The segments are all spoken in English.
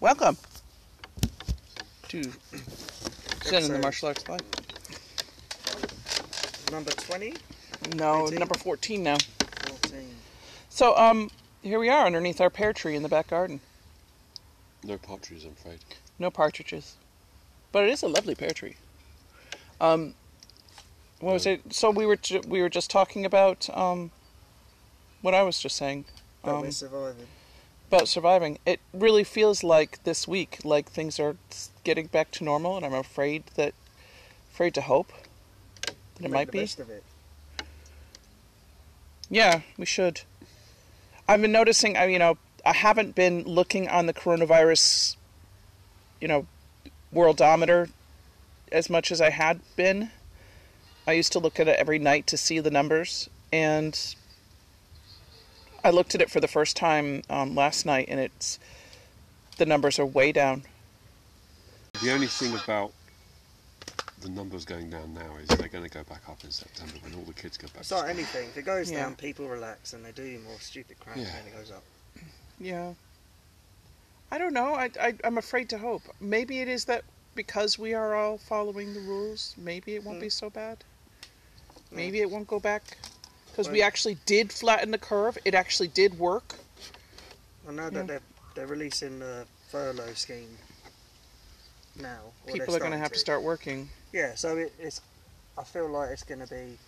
Welcome to Zen in the Martial Arts Life. Number 20? No, Nineteen. number 14 now. 14. So, um, here we are underneath our pear tree in the back garden. No partridges, I'm afraid. No partridges. But it is a lovely pear tree. Um, what was it? So we were ju- we were just talking about um, what I was just saying. But Um, we're surviving. about surviving. It really feels like this week, like things are s- getting back to normal, and I'm afraid that, afraid to hope that it Make might the be. Best of it. Yeah, we should. I've been noticing. I you know I haven't been looking on the coronavirus, you know, worldometer as much as I had been. I used to look at it every night to see the numbers, and I looked at it for the first time um, last night, and it's the numbers are way down. The only thing about the numbers going down now is they're going to go back up in September when all the kids go back. It's to like school. anything. If it goes Yeah. down, people relax and they do more stupid crap Yeah. when it goes up. Yeah. I don't know. I, I, I'm afraid to hope. Maybe it is that because we are all following the rules, maybe it won't Mm. be so bad. Mm. Maybe it won't go back. Because we Right. actually did flatten the curve. It actually did work. I know Yeah. that they're, they're releasing the furlough scheme now. or People are they're going to have to start starting working. Yeah, so it, it's. I feel like it's going to be.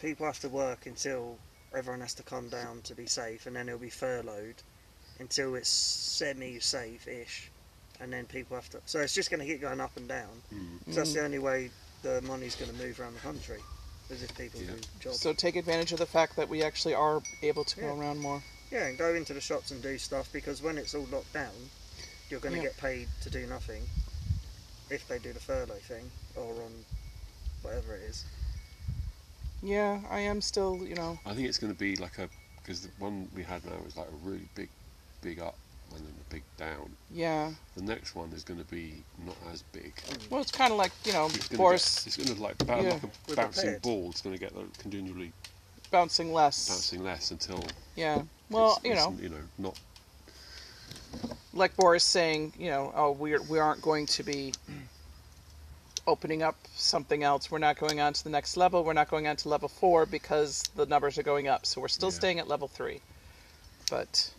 People have to work until everyone has to calm down to be safe, and then it'll be furloughed until it's semi-safe-ish, and then people have to. So it's just going to keep going up and down. Mm. So that's Mm. the only way the money's going to move around the country, is if people Yeah. do jobs. So take advantage of the fact that we actually are able to go Yeah. around more. yeah, and go into the shops and do stuff because when it's all locked down, you're going to Yeah. get paid to do nothing if they do the furlough thing or on whatever it is. Yeah, I am still, you know. I think it's going to be like a because the one we had now is like a really big, big up and then a big down. Yeah. The next one is going to be not as big. Mm. Well, it's kind of like, you know, It's going Boris to get, it's going to like, ba- Yeah. like a We're bouncing prepared. ball. It's going to get like, continually bouncing less. bouncing less until Yeah. Well, it's- you it's, know. you know, not like Boris saying, you know, oh, we're, we aren't going to be opening up something else. We're not going on to the next level. We're not going on to level four because the numbers are going up. So we're still Yeah. staying at level three. But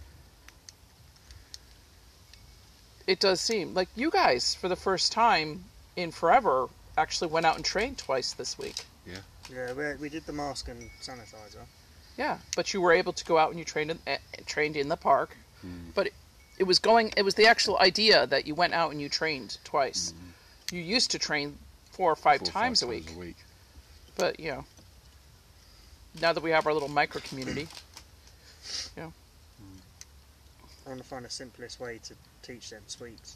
it does seem like you guys, for the first time in forever, actually went out and trained twice this week. Yeah, we, we did the mask and sanitizer. Yeah, but you were able to go out and you trained in, eh, trained in the park. But it, it was going. It was the actual idea that you went out and you trained twice. You used to train Mm-hmm. four or five four or times a week, a week. but you know, now that we have our little micro community, I want to find the simplest way to teach them sweets.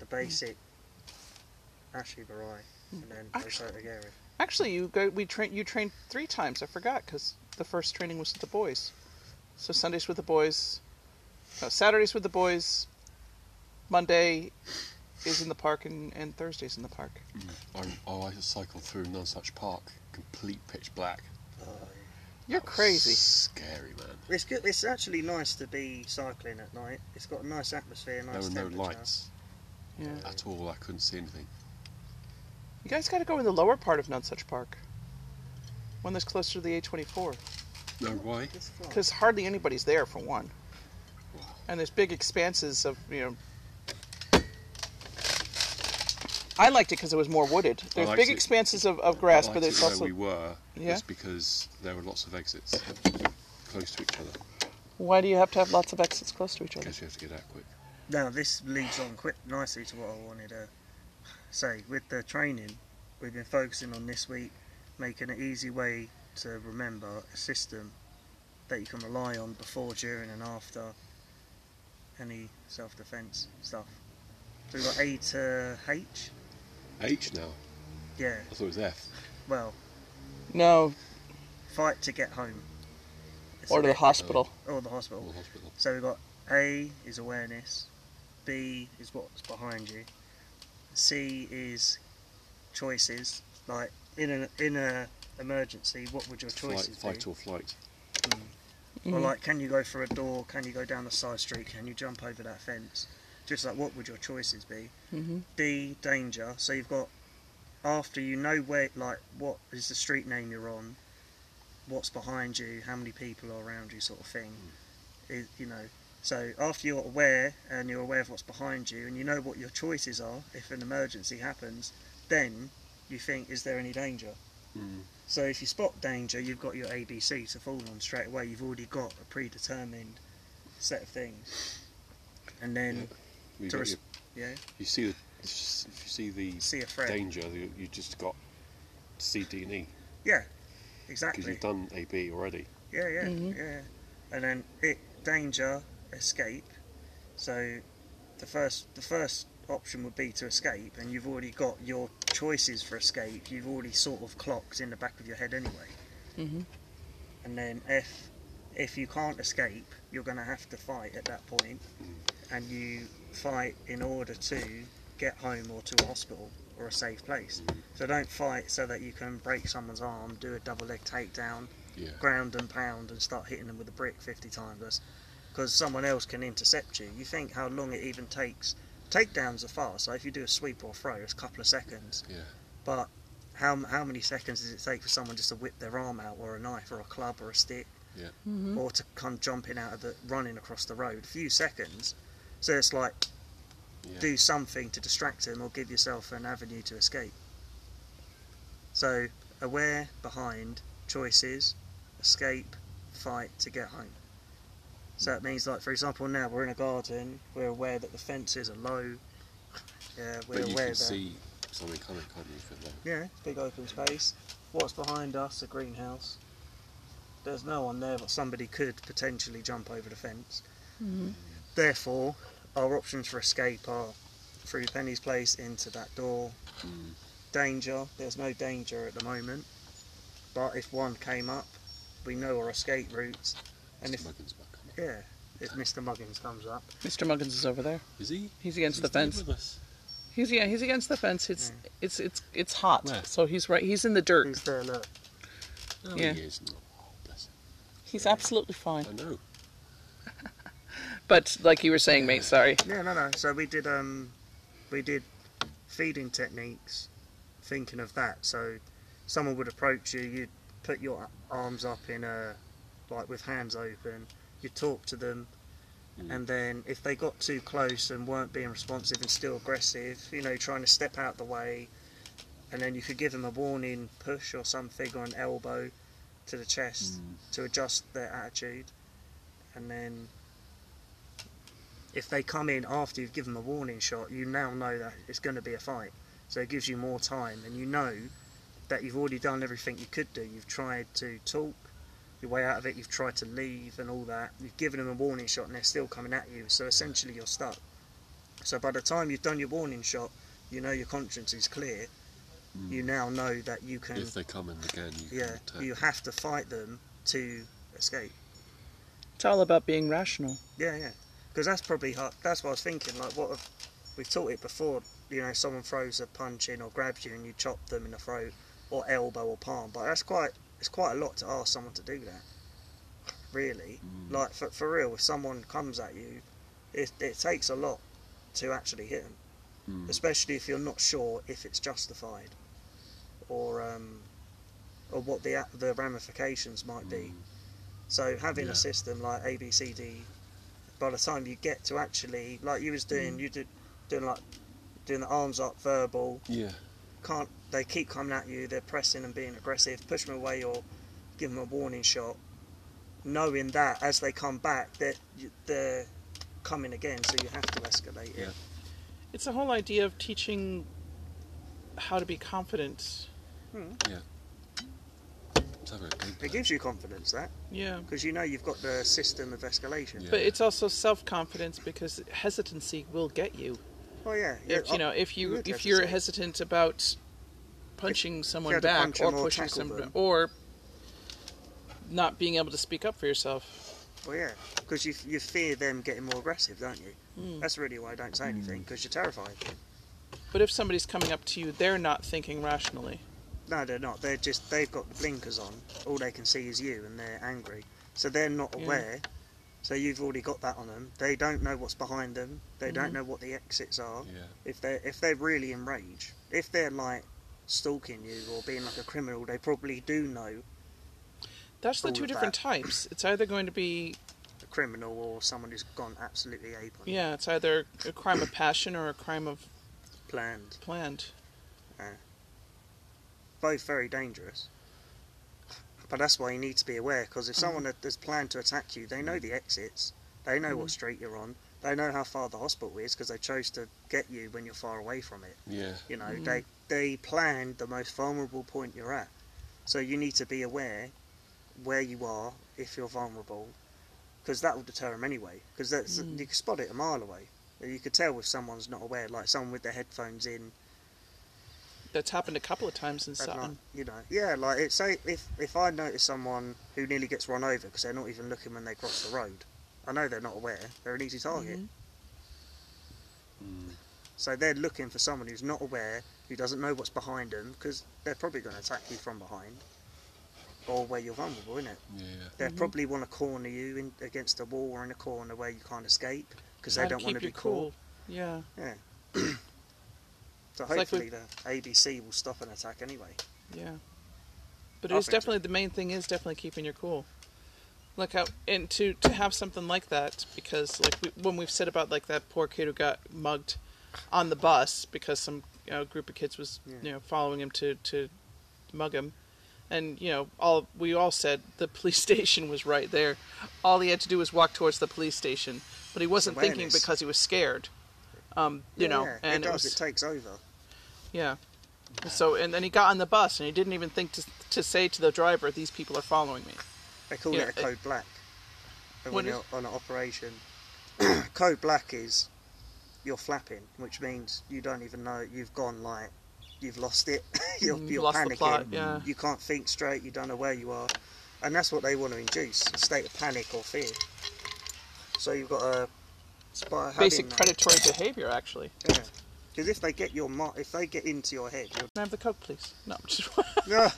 The basic Ashley Barai and then Actually- Oso Agari. actually, you go. We train. You trained three times. I forgot because the first training was with the boys. So Sundays with the boys. No, Saturdays with the boys. Monday is in the park, and, and Thursdays in the park. I, oh, I cycled through Nunsuch Park, complete pitch black. You're That was crazy. Scary man. It's good. It's actually nice to be cycling at night. It's got a nice atmosphere, There nice were no temperature. lights Yeah. at all. I couldn't see anything. You guys got to go in the lower part of Nunsuch Park. One that's closer to the A24. No, why? It's fine. Because hardly anybody's there, for one. Wow. And there's big expanses of, you know. I liked it because it was more wooded. There's liked big it- expanses of, of grass, I but there's liked it where also. we were Yeah? was because there were lots of exits close to each other. Why do you have to have lots of exits close to each other? Guess you have to get out quick. Now this leads on quite nicely to what I wanted to say. With the training, we've been focusing on this week, making an easy way to remember a system that you can rely on before, during, and after any self-defense stuff. So we've got A to H. H now. Yeah. I thought it was F. Well, No, fight to get home. It's or a to the bit- hospital. Or the hospital. Or hospital. So we've got A is awareness, B is what's behind you, C is choices. Like in an in a emergency, what would your Flight, choices fight be? or flight. Or Mm-hmm. like, can you go through a door? Can you go down a side street? Can you jump over that fence? Just like, what would your choices be? Mm-hmm. D danger. So you've got after you know where, like, what is the street name you're on, what's behind you, how many people are around you, sort of thing. Is you know. So after you're aware and you're aware of what's behind you and you know what your choices are if an emergency happens, then you think, is there any danger? Mm. So if you spot danger, you've got your ABC to fall on straight away. You've already got a predetermined set of things, and then You, To get res- your- yeah, you see the you see the see a threat. danger. You, you just got C, D, and E Yeah, because exactly. you've done A, B already. Yeah, yeah, Mhm. yeah. And then it danger escape. So the first the first option would be to escape, and you've already got your choices for escape. You've already sort of clocked in the back of your head anyway. Mhm. And then if if you can't escape, you're going to have to fight at that point, and you fight in order to get home or to a hospital or a safe place. So don't fight so that you can break someone's arm, do a double leg takedown, Yeah. ground and pound and start hitting them with a brick 50 times that's because someone else can intercept you you think how long it even takes takedowns are fast so if you do a sweep or a throw it's a couple of seconds Yeah. but how, how many seconds does it take for someone just to whip their arm out or a knife or a club or a stick Yeah. Mm-hmm. or to come jumping out of the running across the road a few seconds so it's like Yeah. do something to distract him or give yourself an avenue to escape. So, aware, behind, choices, escape, fight to get home. So it means, like, for example, now we're in a garden, we're aware that the fences are low, yeah, we're but you aware can that. see something coming, can't you? From there. Yeah, it's a big open space. What's behind us? A greenhouse. There's no one there, but somebody could potentially jump over the fence. Therefore, our options for escape are through Penny's place into that door. Mm. Danger. There's no danger at the moment, but if one came up, we know our escape routes. And if Muggins might come up. yeah, if Mr. Muggins comes up, Mr. Muggins is over there. Is he? He's against the Is he fence. with us? He's yeah, he's against the fence. It's it's it's it's hot. Where? So he's right. He's in the dirt. who's He's, there? Look, No, Yeah. he is not. Oh, bless him. absolutely fine. I know. But like you were saying, mate, sorry. Yeah, no, no. So we did, um, we did feeding techniques, thinking of that. So someone would approach you, you'd put your arms up in a, like with hands open, you'd talk to them, Mm. and then if they got too close and weren't being responsive and still aggressive, you know, trying to step out the way, and then you could give them a warning push or something or an elbow to the chest to adjust their attitude, and then if they come in after you've given them a warning shot, you now know that it's going to be a fight. So it gives you more time, and you know that you've already done everything you could do. You've tried to talk your way out of it, you've tried to leave, and all that. You've given them a warning shot, and they're still coming at you. So essentially, you're stuck. So by the time you've done your warning shot, you know your conscience is clear. You now know that you can If they come in again, you yeah, can attack. you have to fight them to escape. It's all about being rational. Yeah, yeah. Because that's probably hard. That's what I was thinking. Like, what if we've taught it before? You know, someone throws a punch in or grabs you and you chop them in the throat or elbow or palm. But that's quite. It's quite a lot to ask someone to do that. Really, Mm, Mm-hmm. like for for real, if someone comes at you, it it takes a lot to actually hit them, Mm. especially if you're not sure if it's justified, or um, or what the the ramifications mm. might be. So having Yeah. a system like A B C D, by the time you get to actually like you was Mm. doing, you did doing like doing the arms up verbal. Yeah. Can't they keep coming at you? They're pressing and being aggressive. Push them away or give them a warning shot. Knowing that as they come back, that they're, they're coming again, so you have to escalate it. It's the whole idea of teaching how to be confident. Let's have a game It gives you confidence that Yeah. because you know you've got the system of escalation. Yeah. But it's also self-confidence because hesitancy will get you. Oh yeah, If you know, if you you would if have to you're say. hesitant about punching someone had to back punch or them or pushing tackle someone them. or not being able to speak up for yourself. Well, Oh, yeah, because you, you fear them getting more aggressive, don't you? That's really why I don't say anything, because you're terrified. But if somebody's coming up to you, they're not thinking rationally. No, they're not. They're just, they've got the blinkers on. All they can see is you, and they're angry. so they're not Yeah. aware. So you've already got that on them. They don't know what's behind them. They don't know what the exits are. Yeah. If they're if they're really in rage, if they're like stalking you or being like a criminal, they probably do know That's the All two of different that. types. It's either going to be a criminal or someone who's gone absolutely ape on you, yeah, it's either a crime of passion or a crime of planned. planned. Both very dangerous. But that's why you need to be aware because if someone that has planned to attack you, they know the exits, they know what street you're on, they know how far the hospital is because they chose to get you when you're far away from it. Yeah. You know, they they planned the most vulnerable point you're at. So you need to be aware where you are if you're vulnerable, because that will deter them anyway. Because that's you can spot it a mile away. You could tell if someone's not aware, like someone with their headphones in, That's happened a couple of times in and like, Sutton. you know, yeah, like it's say if if I notice someone who nearly gets run over because they're not even looking when they cross the road, I know they're not aware. They're an easy target. Mm-hmm. Mm. So they're looking for someone who's not aware, who doesn't know what's behind them, because they're probably going to attack you from behind, or where you're vulnerable, innit? Yeah. They Mm-hmm. probably want to corner you in, against a wall or in a corner where you can't escape, because they Gotta don't want to keep you be caught. Yeah. So like hopefully we- the ABC will stop an attack anyway. Yeah. But I it is think so. definitely the main thing is definitely keeping your cool. Like how and to to have something like that because like we, when we've said about like that poor kid who got mugged on the bus because some you know, group of kids was Yeah. you know following him to to mug him and you know all we all said the police station was right there all he had to do was walk towards the police station but he wasn't thinking awareness. because he was scared um you Yeah, know yeah, and it does. was It takes over. yeah. So and then he got on the bus and he didn't even think to to say to the driver, "These people are following me." They call Yeah, it a it- code black. And What when you're is- on an operation, code black is you're flapping, which means you don't even know you've gone like you've lost it. you're Mm, you're lost the panicking. plot, yeah. You can't think straight. You don't know where you are, and that's what they want to induce: a state of panic or fear. So you've got to spy having Basic that. predatory behavior, actually. Yeah. Because if they get your mar- if they get into your head, Can I have the coke, please? No, I'm just. you're,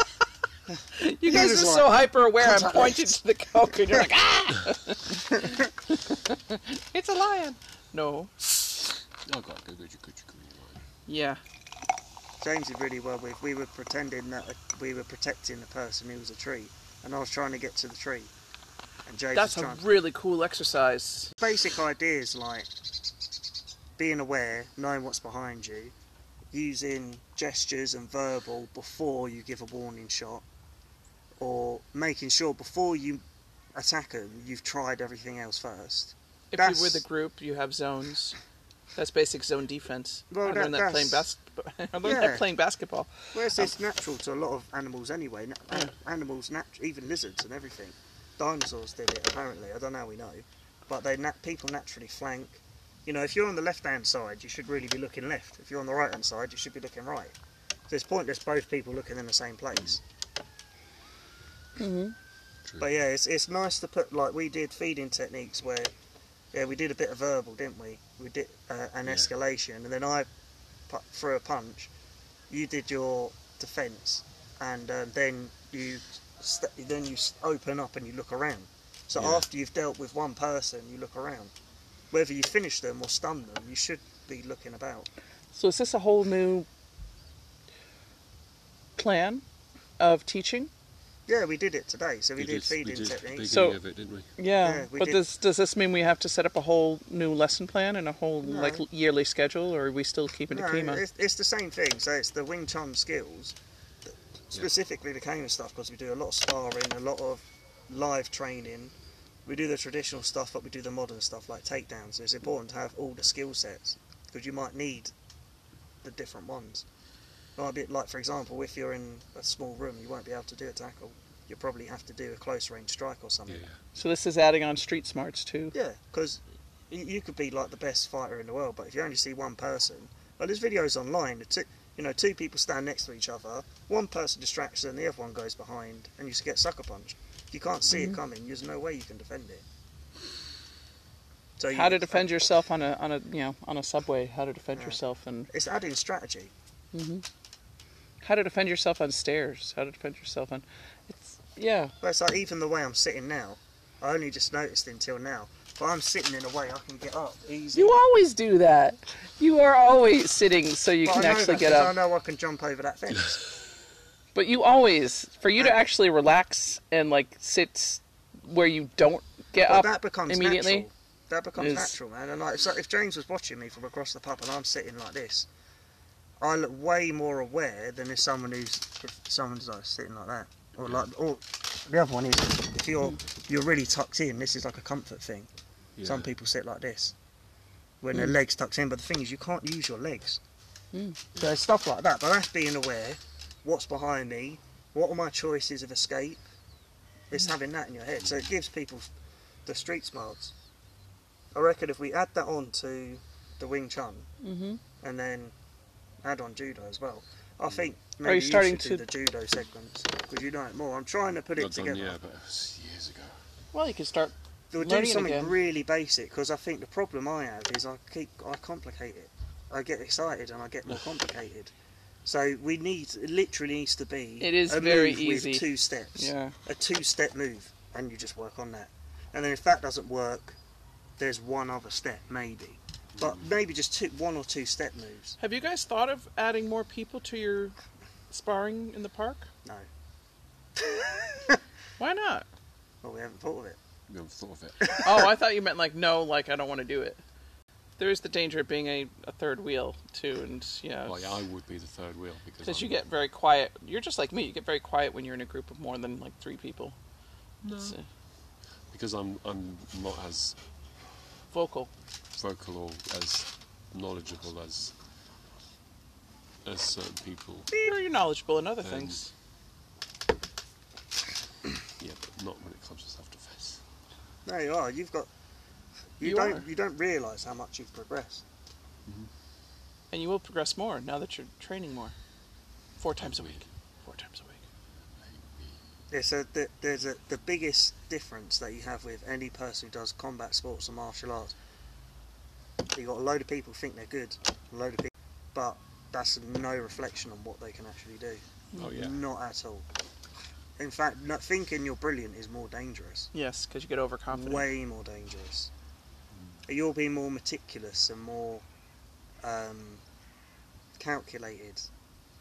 you guys are was so hyper aware. I'm Contact pointing to the coke, and you're like, ah! it's a lion. No. I got a good good green line. Yeah. James did really well with. We were pretending that uh, we were protecting the person who was a tree, and I was trying to get to the tree. And James That's was a trying. really cool exercise. Basic ideas like being aware, knowing what's behind you, using gestures and verbal before you give a warning shot, or making sure before you attack them, you've tried everything else first. If That's- you're with a group, you have zones. That's basic zone defense. I Well, that- learned that playing that's- bas- I learned Yeah. that playing basketball. Whereas it's natural to a lot of animals anyway. Na- uh, Yeah. Animals, nat- even lizards and everything. Dinosaurs did it apparently. I don't know. how We know, but they nat- people naturally flank. You know, if you're on the left-hand side, you should really be looking left. If you're on the right-hand side, you should be looking right. So it's pointless both people looking in the same place. True. But yeah, it's, it's nice to put like we did feeding techniques where, yeah, we did a bit of verbal, didn't we? We did uh, an Yeah. escalation, and then I pu- threw a punch. You did your defence, and um, then you st- then you s- open up and you look around. So Yeah. after you've dealt with one person, you look around. Whether you finish them or stun them, you should be looking about. So is this a whole new plan of teaching? Yeah, we did it today. So we, We did, feeding we did techniques. So- beginning of it, didn't we? Yeah, Yeah, we but did. does does this mean we have to set up a whole new lesson plan and a whole like No. yearly schedule, or are we still keeping it No, Kima? it's, it's the same thing. So it's the Wing Chun skills, specifically the Kama stuff, because we do a lot of sparring, a lot of live training. We do the traditional stuff, but we do the modern stuff like takedowns. So it's important to have all the skill sets because you might need the different ones. Might be like, for example, if you're in a small room, you won't be able to do a tackle. You'll probably have to do a close range strike or Yeah, something. yeah. So this is adding on street smarts too. Yeah, because you could be like the best fighter in the world, but if you only see one person, well, there's videos online. Two, you know, two people stand next to each other. One person distracts them, the other one goes behind, and you just get sucker punched. If you can't see Mm-hmm. it coming, there's no way you can defend it. So you, How to defend yourself on a on a you know on a subway? How to defend Yeah. yourself and It's adding strategy. how to defend yourself on stairs? How to defend yourself on? It's yeah, But it's like even the way I'm sitting now. I only just noticed until now. But I'm sitting in a way I can get up easy. You always do that. You are always sitting so you But can I know actually that get 'cause up. I know I can jump over that fence. But you always, for you to actually relax and like sit where you don't get But up that becomes immediately. natural. That becomes is- natural, man. And like, so if James was watching me from across the pub and I'm sitting like this, I look way more aware than if someone who's if someone's like sitting like that, or like, or the other one is if you're you're really tucked in. This is like a comfort thing. Yeah. Hmm. Some people sit like this, when their legs tucked in. But the thing is, you can't use your legs. Mm. So it's stuff like that. But that's being aware. What's behind me? What are my choices of escape? It's having that in your head. So it gives people the street smarts. I reckon if we add that on to the Wing Chun Mm-hmm. and then add on judo as well, I Hmm. think you maybe you, starting should do to- the judo segments because you know it more. I'm trying to put it Not done together. yet, but it was years ago. Well, you can start. We'll do Learning it something again. really basic because I think the problem I have is I keep I complicate it. I get excited and I get more complicated. So we need it literally needs to be It is a very move easy. with two steps. Yeah. A two step move and you just work on that. And then if that doesn't work, there's one other step maybe. Mm. But maybe just two, one or two step moves. Have you guys thought of adding more people to your sparring in the park? No. Why not? Well, we haven't thought of it. We haven't thought of it. Oh, I thought you meant like no, like I don't want to do it. There is the danger of being a, a third wheel too, and you know, like I would be the third wheel because because you I'm- get very quiet. You're just like me. You get very quiet when you're in a group of more than like three people. No. It's uh, because I'm I'm not as vocal. vocal or as knowledgeable as as certain people. You're, you're knowledgeable in other Um, things. Yeah, but not when it comes to self-defense. No, you are. You've got. You, You don't. are. You don't realise how much you've progressed. And you will progress more now that you're training more. Four times a week. Four times a week. Yeah, so th- there's a, the biggest difference that you have with any person who does combat sports and martial arts. You got a load of people who think they're good, a load of people, but that's no reflection on what they can actually do. Oh yeah, Not at all. In fact, not thinking you're brilliant is more dangerous. Yes, because you get overconfident. Way more dangerous. You'll be more meticulous and more um, calculated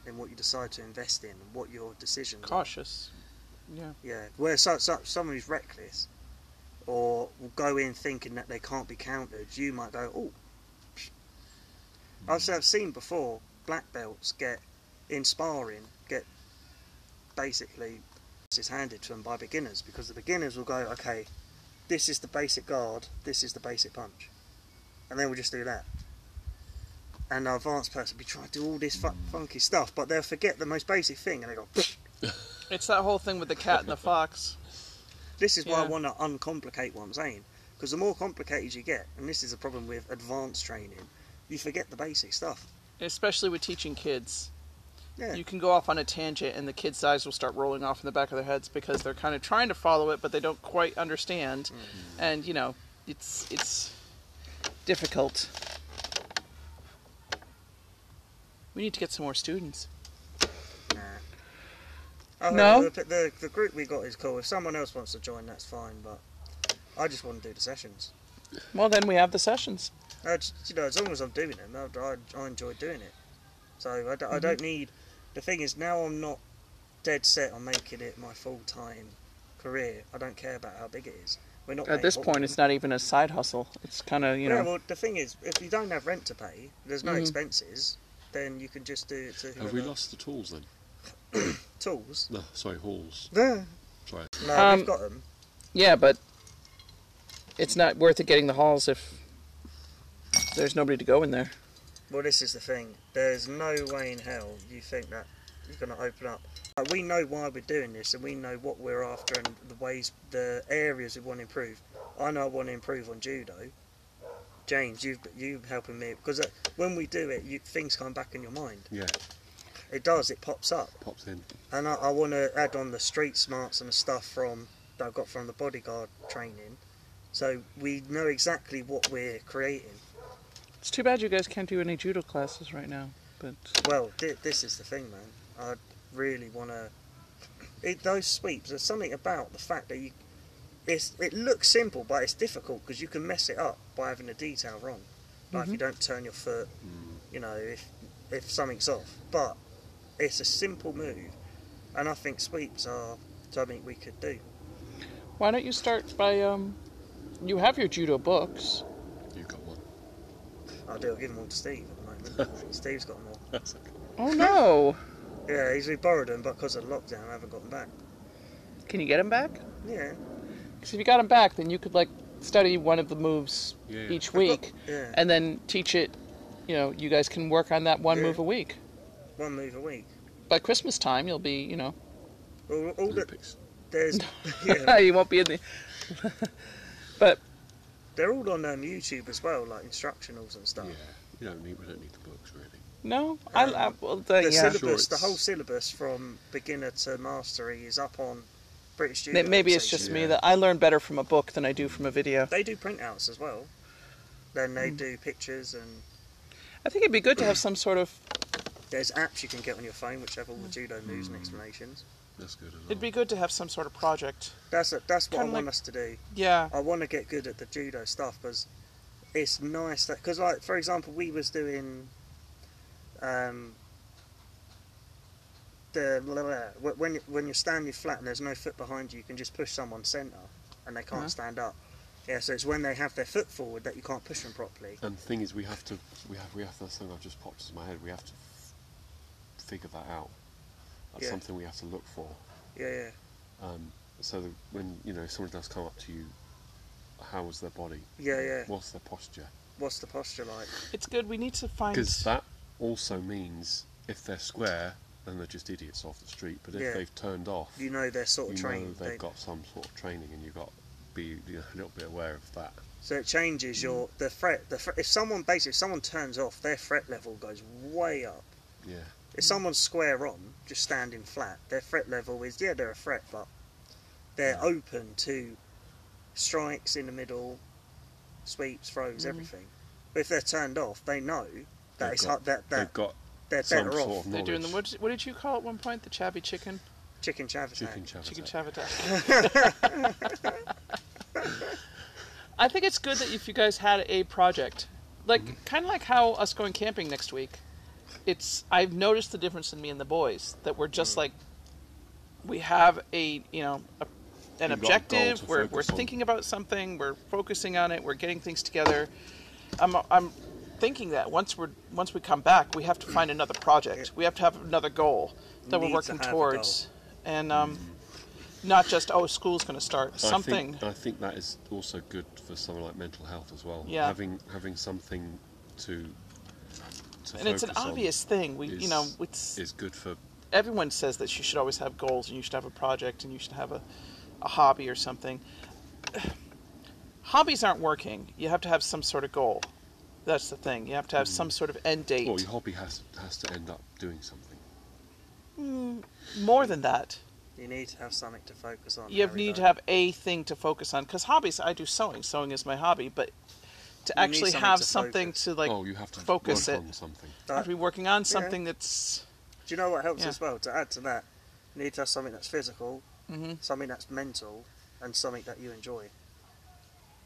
in what you decide to invest in and what your decisions are. Cautious. Yeah. Yeah, where so, so, someone who's reckless or will go in thinking that they can't be countered, you might go, oh. psh." I've, s- I've seen before black belts get, in sparring, get basically is handed to them by beginners because the beginners will go, okay, this is the basic guard, this is the basic punch. And then we'll just do that. And the advanced person will be trying to do all this fu- funky stuff, but they'll forget the most basic thing and they go, psh. It's that whole thing with the cat and the fox. This is why I Yeah. want to uncomplicate what I'm saying. Because the more complicated you get, and this is a problem with advanced training, you forget the basic stuff. Especially with teaching kids. Yeah. You can go off on a tangent and the kids' eyes will start rolling off in the back of their heads because they're kind of trying to follow it but they don't quite understand. And you know, it's it's difficult. We need to get some more students. nah. I think No? The, the, the group we got is cool. If someone else wants to join, that's fine, but I just want to do the sessions. Well, then we have the sessions. I just, you know, as long as I'm doing them, I, I, I enjoy doing it. So I, Mm-hmm. d- I don't need. The thing is, now I'm not dead set on making it my full time career. I don't care about how big it is. We're not At this making- point, it's not even a side hustle. It's kind of you yeah, know. well, the thing is, if you don't have rent to pay, there's no Mhm. expenses, then you can just do it to have we whoever- lost the tools then? tools. No, sorry, halls. No, Sorry. no, Um, we've got them. Yeah, but it's not worth it getting the halls if there's nobody to go in there. Well, this is the thing. There's no way in hell you think that you're going to open up. Like, we know why we're doing this, and we know what we're after, and the ways, the areas we want to improve. I know I want to improve on judo. James, you've you helping me because uh, when we do it, you, things come back in your mind. Yeah, It does. It pops up. popped in. And I, I want to add on the street smarts and the stuff from that I got from the bodyguard training, so we know exactly what we're creating. It's too bad you guys can't do any judo classes right now. But Well, thi- this is the thing, man. I really want to. Those sweeps. There's something about the fact that you it's it looks simple, but it's difficult because you can mess it up by having a detail wrong. Like if you don't turn your foot, you know, if if something's off. But it's a simple move, and I think sweeps are something we could do. Why don't you start by um, you have your judo books. You got one. I do. I'll give them all to Steve at the moment. Steve's got them all. That's okay. Oh no! Yeah, he's borrowed them because of lockdown. I haven't got them back. Can you get them back? Yeah. Because if you got them back, then you could like study one of the moves Yeah, yeah. each week, Yeah. and then teach it. You know, you guys can work on that one Yeah. move a week. One move a week. By Christmas time, you'll be you know All, all that Olympics. there's, yeah, you won't be in the. but they're all on um, YouTube as well, like instructionals and stuff. Yeah. You don't need, we don't need the books, really. no, I, I well, the, The yeah. syllabus, Sure, the whole it's- syllabus from beginner to mastery is up on British Judo. May- Maybe it's just Association. me Yeah. that I learn better from a book than I do from a video. They do printouts as well. Then Hmm. they do pictures and I think it'd be good to have some sort of. there's apps you can get on your phone which have all Hmm. the judo moves Hmm. and explanations. That's good. Enough. It'd be good to have some sort of project. That's a, that's what Kinda I want like- us to do. Yeah. I want to get good at the judo stuff because it's nice that because like for example we was doing um the blah, blah, blah. Wh- when when you're standing flat and there's no foot behind you you can just push someone centre and they can't Uh-huh. stand up yeah so it's when they have their foot forward that you can't push them properly And the thing is, we have to, we have, we have. That's something I've just popped into my head. We have to f- figure that out. That's Yeah. something we have to look for. yeah yeah Um, so that when you know someone does come up to you, how is their body? yeah yeah What's their posture? what's the posture like It's good. We need to find. Because that also means if they're square, then they're just idiots off the street. But if Yeah. they've turned off, you know they're sort of you know trained they've they- got some sort of training, and you've got to be you know, a little bit aware of that. So it changes your the threat. The threat, if someone basically if someone turns off, their threat level goes way up. Yeah. If someone's square on, just standing flat, their threat level is yeah they're a threat, but they're open to strikes in the middle, sweeps, throws, everything. But if they're turned off, they know that Mm. They've it's got- hard, that they've that got they're some better off. sort of They're doing the knowledge. what, did- what did you call at one point the chabby chicken Chicken chavis. chicken chicken chavata. chavata. I think it's good that if you guys had a project, like Mm-hmm. kind of like how us going camping next week, it's I've noticed the difference in me and the boys that we're Mm. just like we have a you know a, an You've got a goal objective. to We're we're focus on. thinking about something. We're focusing on it. We're getting things together. I'm I'm thinking that once we're once we come back, we have to find another project. We have to have another goal that Need we're to working have a towards, and um, not just oh school's going to start I something. think, I think that is also good for someone like mental health as well. Yeah. Having having something to. to and it's an focus on obvious thing. We, you know, is- it's Is good for everyone says that you should always have goals and you should have a project and you should have a, a hobby or something. Hobbies aren't working. You have to have some sort of goal. That's the thing. You have to have some sort of end date. Mm-hmm. well, your hobby has has to end up doing something. Mm, More than that, You need to have something to focus on. you have- Harry, need to though. have a thing to focus on. Because hobbies, I do sewing. Sewing is my hobby, but to You need actually something have to something focus. to like, oh, you have to focus work it. on something. I have to be working on something that's Do you know what helps Yeah. as well? To add to that, you need to have something that's physical, mm-hmm. something that's mental, and something that you enjoy.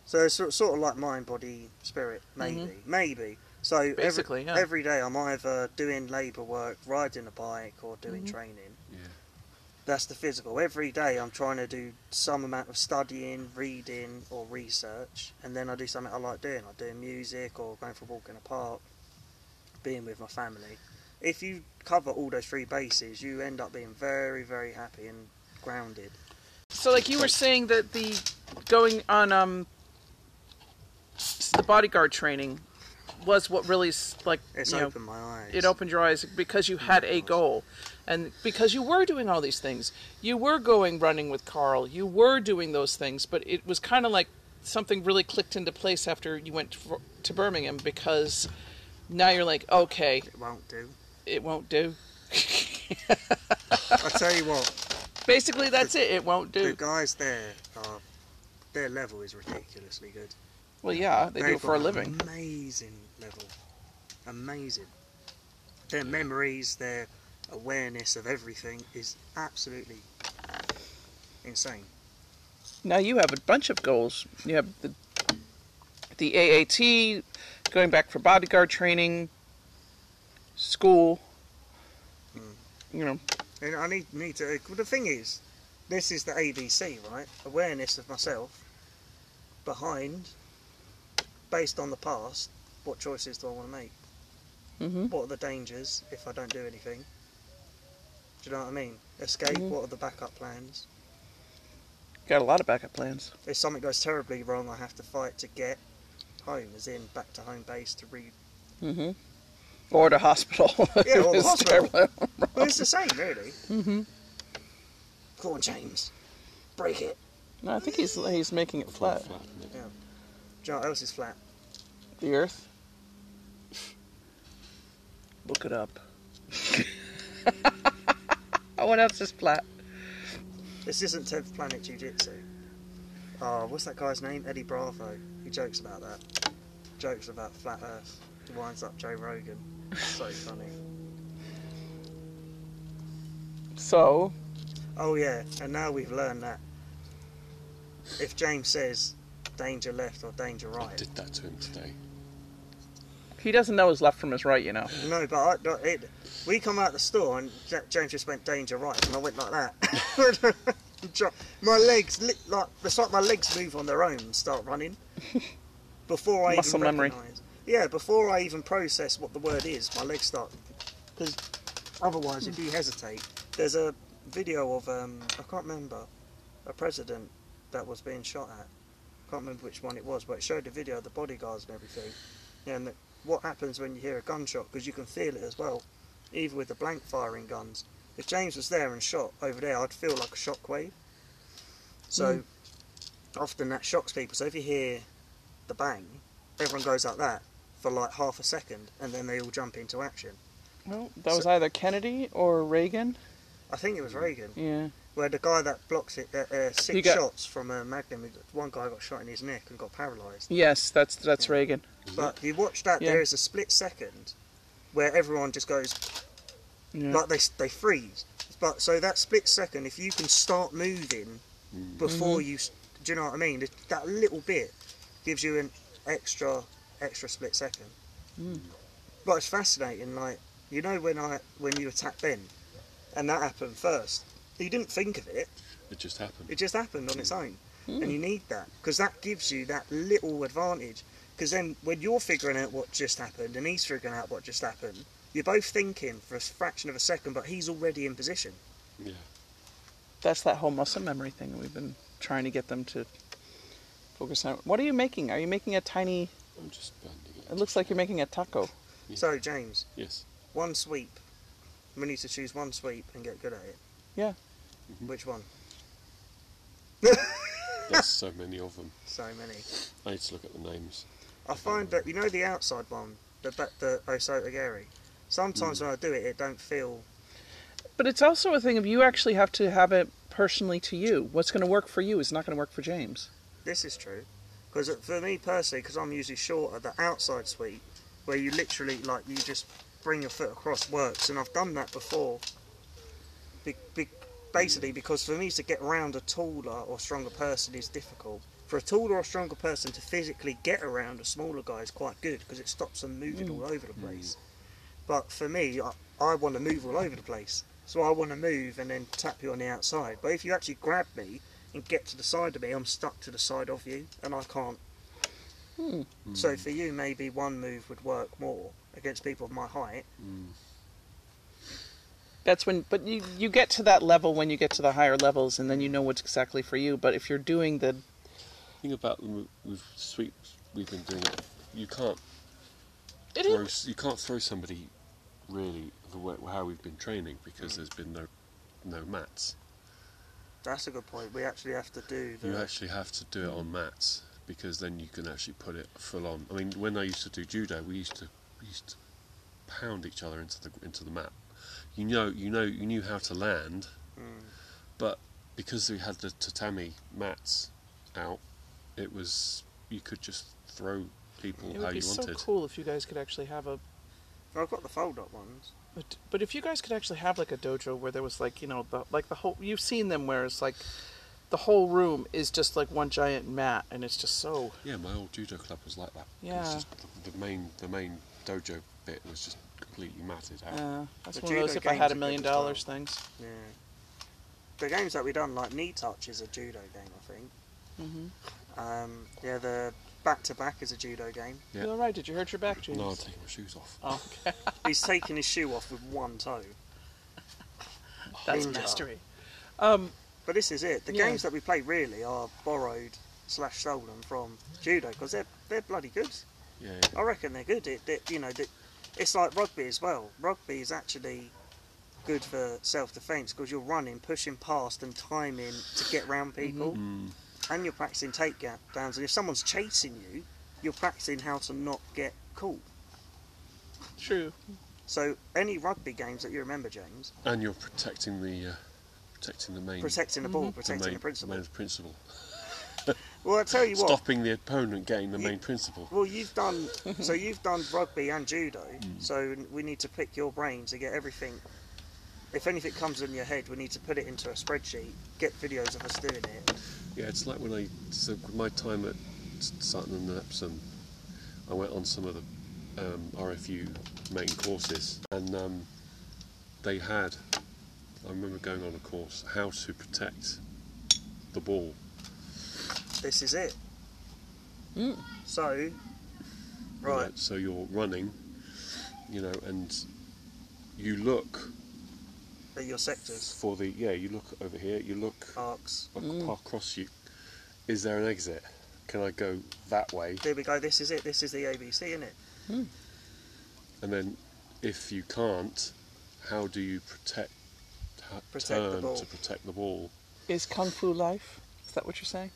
So it's sort sort of like mind, body, spirit, maybe, maybe. So every- Mm-hmm. Basically, yeah. every day I'm either doing labour work, riding a bike, or doing Mm-hmm. training. Yeah. That's the physical. Every day I'm trying to do some amount of studying, reading, or research, and then I do something I like doing, like doing music or going for a walk in a park, being with my family. If you cover all those three bases, you end up being very, very happy and grounded. So, like you were saying that the going on um s- the bodyguard training was what really s- like It's you know, opened my eyes. it opened your eyes because you had a goal, and because you were doing all these things, you were going running with Carl, you were doing those things, but it was kind of like something really clicked into place after you went to, to Birmingham because now you're like, okay, It won't do. it won't do. I tell you what, Basically, that's it. It won't the do. guys there are. Their level is ridiculously good. Well, yeah, they do They've it for a got an living. Amazing level. Amazing. Their memories, their awareness of everything is absolutely insane. Now you have a bunch of goals. You have the the AAT, going back for bodyguard training, school. Hmm. You know, And I need need to. Well, the thing is, this is the ABC, right? Awareness of myself. Behind, based on the past, what choices do I want to make? hmm What are the dangers if I don't do anything? Do you know what I mean? Escape. Mhm. What are the backup plans? got a lot of backup plans. If something goes terribly wrong, I have to fight to get home, as in back to home base to re. hmm Or the hospital. Yeah, or the It's hospital. terrible. Well, it's the same, really. Mhm. Go on, James. Break it. No, I think he's he's making it flat. Flat, isn't it? Do you know what else is flat? The Earth. Look it up. what else is flat? This isn't 10th Planet Jiu Jitsu. Oh, what's that guy's name? Eddie Bravo. He jokes about that. Jokes about Flat Earth. He winds up Joe Rogan. So funny. So, Oh, yeah, and now we've learned that if James says danger left or danger I right. did that to him today. he doesn't know his left from his right, you know. No, but I, no, it, we come out the store and J- James just went danger right, and I went like that. Jo- my legs, li- like it's like my legs move on their own and start running. Before I Muscle even memory. recognise- Yeah, before I even process what the word is, my legs start. Because otherwise, if you hesitate, there's a video of um, I can't remember a president that was being shot at. Can't remember which one it was, but it showed the video of the bodyguards and everything. Yeah, and the, what happens when you hear a gunshot? Because you can feel it as well, even with the blank firing guns. If James was there and shot over there, I'd feel like a shockwave. Mm. So often that shocks people. So if you hear the bang, everyone goes like that for like half a second, and then they all jump into action. Well, that was either Kennedy or Reagan. I think it was Reagan, Yeah. where the guy that blocks it, uh, uh, Mm. He six got- shots from a magnum. One guy got shot in his neck and got paralysed. Yes, that's that's Yeah. Reagan. But you watch that, Mm. Yeah. there is a split second where everyone just goes Yeah. like they they freeze. But so that split second, if you can start moving before Mm-hmm. you, s- do you know what I mean? It- That little bit gives you an extra extra split second. Mm. But it's fascinating. Like you know when I when you attacked Ben, and that happened first. You didn't think of it. It just happened. It just happened on its own. And you need that because that gives you that little advantage. Because then when you're figuring out what just happened and he's figuring out what just happened, you're both thinking for a fraction of a second, but he's already in position. yeah. That's that whole muscle memory thing we've been trying to get them to focus on. What are you making? Are you making a tiny? I'm just banding it. It looks like you're making a taco. Yeah. So, James, Yes. one sweep. We need to choose one sweep and get good at it. Yeah. Which one? There's so many of them. So many. I need to look at the names. I find that, you know, the outside one, the, ba- the Osotagari, sometimes when I do it, it don't feel. But it's also a thing of you actually have to have it personally to you. What's going to work for you is not going to work for James. This is true. Because for me personally, because I'm usually shorter, the outside sweep, where you literally, like, you just bring your foot across works. And I've done that before. Be- be- basically, because for me to get round a taller or stronger person is difficult. For a taller or stronger person to physically get around a smaller guy is quite good because it stops them moving all over the place. But for me, I, I want to move all over the place. So I want to move and then tap you on the outside. But if you actually grab me and get to the side of me, I'm stuck to the side of you and I can't. Hmm. So for you, maybe one move would work more against people of my height. That's when, but you you get to that level when you get to the higher levels, and then you know what's exactly for you. But if you're doing the Think about the mo- with sweeps we've been doing. It. You can't it throw, is, s- you can't throw somebody really the way how we've been training because there's been no no mats. That's a good point. We actually have to do the. You actually have to do it on mats because then you can actually put it full on. I mean, when I used to do judo, we used to we used to pound each other into the into the mat. You know, you know, you knew how to land, Mm. but because we had the tatami mats out, it was you could just throw people it how would be you so wanted. cool if you guys could actually have a I've got the fold up ones. But but if you guys could actually have like a dojo where there was like you know the like the whole you've seen them where it's like the whole room is just like one giant mat, and it's just so. Yeah, my old judo club was like that. It Yeah. was just the, the main the main dojo bit was just completely matted out. Oh, Uh, that's The one of those judo if I games had are a good million as well. dollars things. Yeah. The games that we done, like knee touch, is a judo game, I think. Mm-hmm. Um, yeah, the back to back is a judo game. Yeah. You all right? Did you hurt your back, James? no, I'm taking my shoes off. Oh, okay. He's taking his shoe off with one toe. That's Ninja. mastery. Um, But this is it. The Yeah. games that we play really are borrowed slash stolen from judo because they're they're bloody good. Yeah, yeah. I reckon they're good. It, it- you know, that it's like rugby as well. Rugby is actually good for self-defence because you're running, pushing past, and timing to get round people, Mm, and you're practicing take ga- downs. And if someone's chasing you, you're practicing how to not get caught. true. So any rugby games that you remember, James, and you're protecting the uh, protecting the main protecting the ball, the protecting main, the principle. main principle. Well, I tell you what. Stopping the opponent getting the You- main principle. Well, you've done so. You've done rugby and judo, Mm. so we need to pick your brain to get everything. If anything comes in your head, we need to put it into a spreadsheet. Get videos of us doing it. Yeah, it's like when I so my time at Sutton and Epsom, I went on some of the um, RFU main courses, and um, they had. I remember going on a course how to protect the ball. This is it. Mm. So, you know, right, so you're running, you know, and you look are your sectors, for the yeah. You look over here. You look arcs. ac- Mm. across you. Is there an exit? Can I go that way? There we go. This is it. This is the ABC, isn't it? And then, if you can't, how do you protect, ha- Protect the turn ball. to protect the ball? Is kung fu life? Is that what you're saying?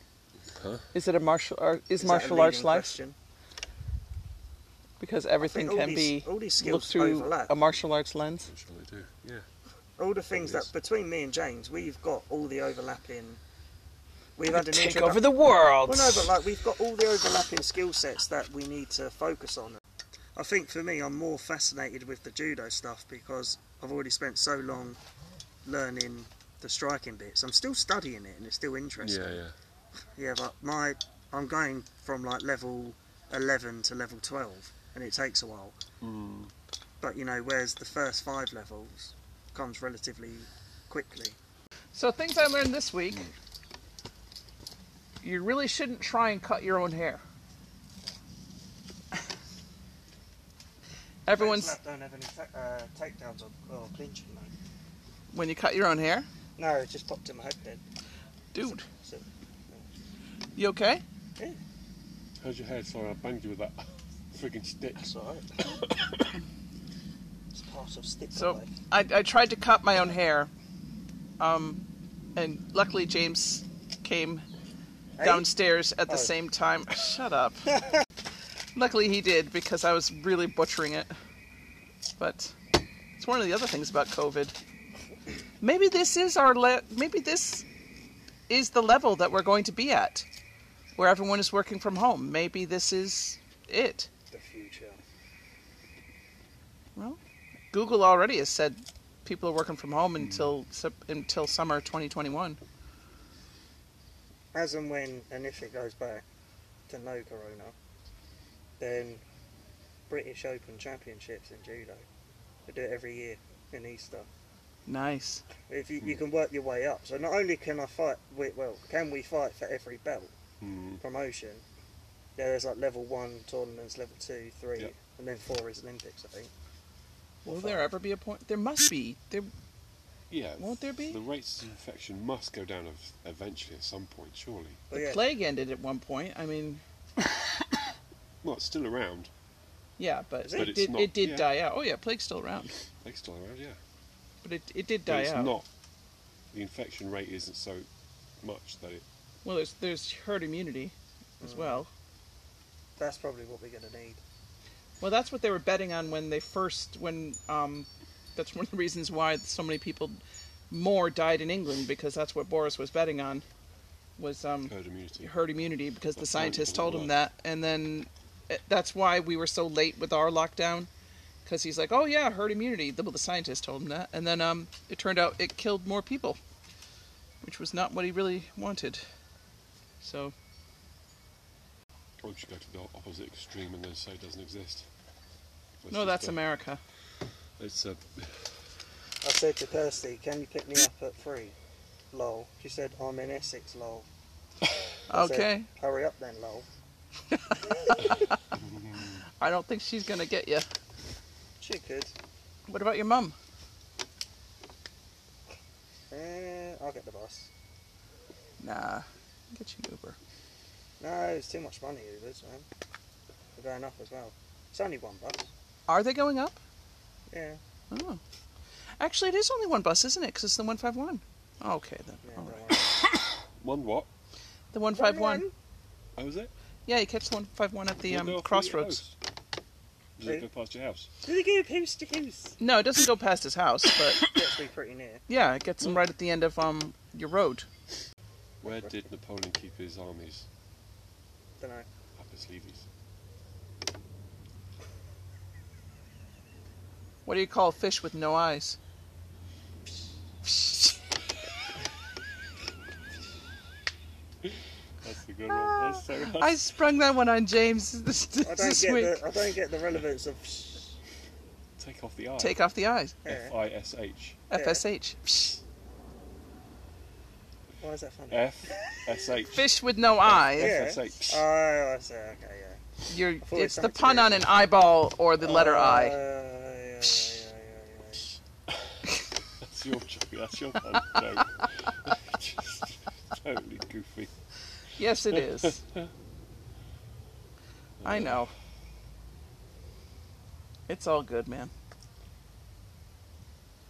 Huh? Is it a martial art? Is, that a martial arts leading life? question? Because I think everything all can these- be all these looked skills through overlap. a martial arts lens. What shall I do? Yeah. all the things that Yes. between me and James, we've got all the overlapping. We've had an Take introduction- over the world. Well, no, but like we've got all the overlapping skill sets that we need to focus on. I think for me, I'm more fascinated with the judo stuff because I've already spent so long learning the striking bits. I'm still studying it, and it's still interesting. Yeah, yeah. Yeah, but my I'm going from like level 11 to level 12, and it takes a while. Mm. But you know, whereas the first five levels comes relatively quickly. So things I learned this week. You really shouldn't try and cut your own hair. Everyone's don't have any uh, takedowns or, or clinching. when you cut your own hair, No, it just popped in my head then. dude. So- You okay? How's your head? Sorry, I banged you with that frigging stick. That's alright. it's part of stick So- I, I tried to cut my own hair, um, and luckily James came downstairs at the Oh. same time. Shut up. Luckily he did because I was really butchering it. But it's one of the other things about COVID. Maybe this is our le- maybe this is the level that we're going to be at where everyone is working from home. Maybe this is it. the future. Google already has said people are working from home until sup- until summer 2021. As and when and if it goes back to no corona, then British Open Championships in judo. They do it every year in Easter. Nice. If you, you can work your way up, so not only can I fight, we, well, can we fight for every belt Mm. promotion? Yeah, there's like level one tournaments, level two, three, Yep. and then four is Olympics, I think. Will there ever be a point? There must be. There Yeah. Won't there be? The rates of infection must go down ev- eventually at some point, surely. But The Oh, yeah, plague ended at one point. I mean, Well, it's still around. yeah, but, Is it, it? But it's did not- it did yeah. die out. Oh yeah, plague's still around, They're still around, yeah. but it, it did But die it's out. not. The infection rate isn't so much that it. Well, there's there's herd immunity Mm. as well. that's probably what we're going to need. Well, that's what they were betting on when they first when um, that's one of the reasons why so many people more died in England because that's what Boris was betting on was um, Herd immunity. herd immunity because the That's right, scientists it told him was. that, and then uh, that's why we were so late with our lockdown. Because he's like, oh yeah, herd immunity. The, well, the scientist told him that, and then um, it turned out it killed more people which was not what he really wanted. So, Or you should go to the opposite extreme and then say it doesn't exist. Which no, is that's the- America. It's a I said to Kirsty, can you pick me up at three? Lol. She said, I'm in Essex, lol. I said, Okay. Hurry up then, lol. I don't think she's going to get you. She could. What about your mum? Eh, I'll get the bus. Nah. Get you an Uber. No, it's too much money, Ubers, man. We're going up as well. It's only one bus. Are they going up? Yeah. Oh. Actually, it is only one bus, isn't it? Because it's the 151. Okay, then. yeah All don't right. worry. one what? The 151. Oh, is it? Yeah, you catch the 151 at the One um, door for crossroads. your house. Does it Who? go past your house? Did it go house to house? No, it doesn't go past his house, but Gets me pretty near. yeah, it gets him right at the end of um your road. Where did Napoleon keep his armies? Don't know. Up his sleeves. What do you call a fish with no eyes? That's the good one. That's so nice. I sprung that one on James this, this, I don't get week. the I don't get the relevance of. Take off the eye. Take off the eyes. Yeah. F I S H. Yeah. FSH. Why is that funny? F S H. Fish with no eye. yeah. That's like- Oh, I see. Okay, yeah. You're, thought it it's the sounded pun on an eyeball or the letter Oh, I. yeah, yeah, yeah, yeah, yeah. That's your joke. That's your fun joke. Just totally goofy. Yes, it is. I know. It's all good, man.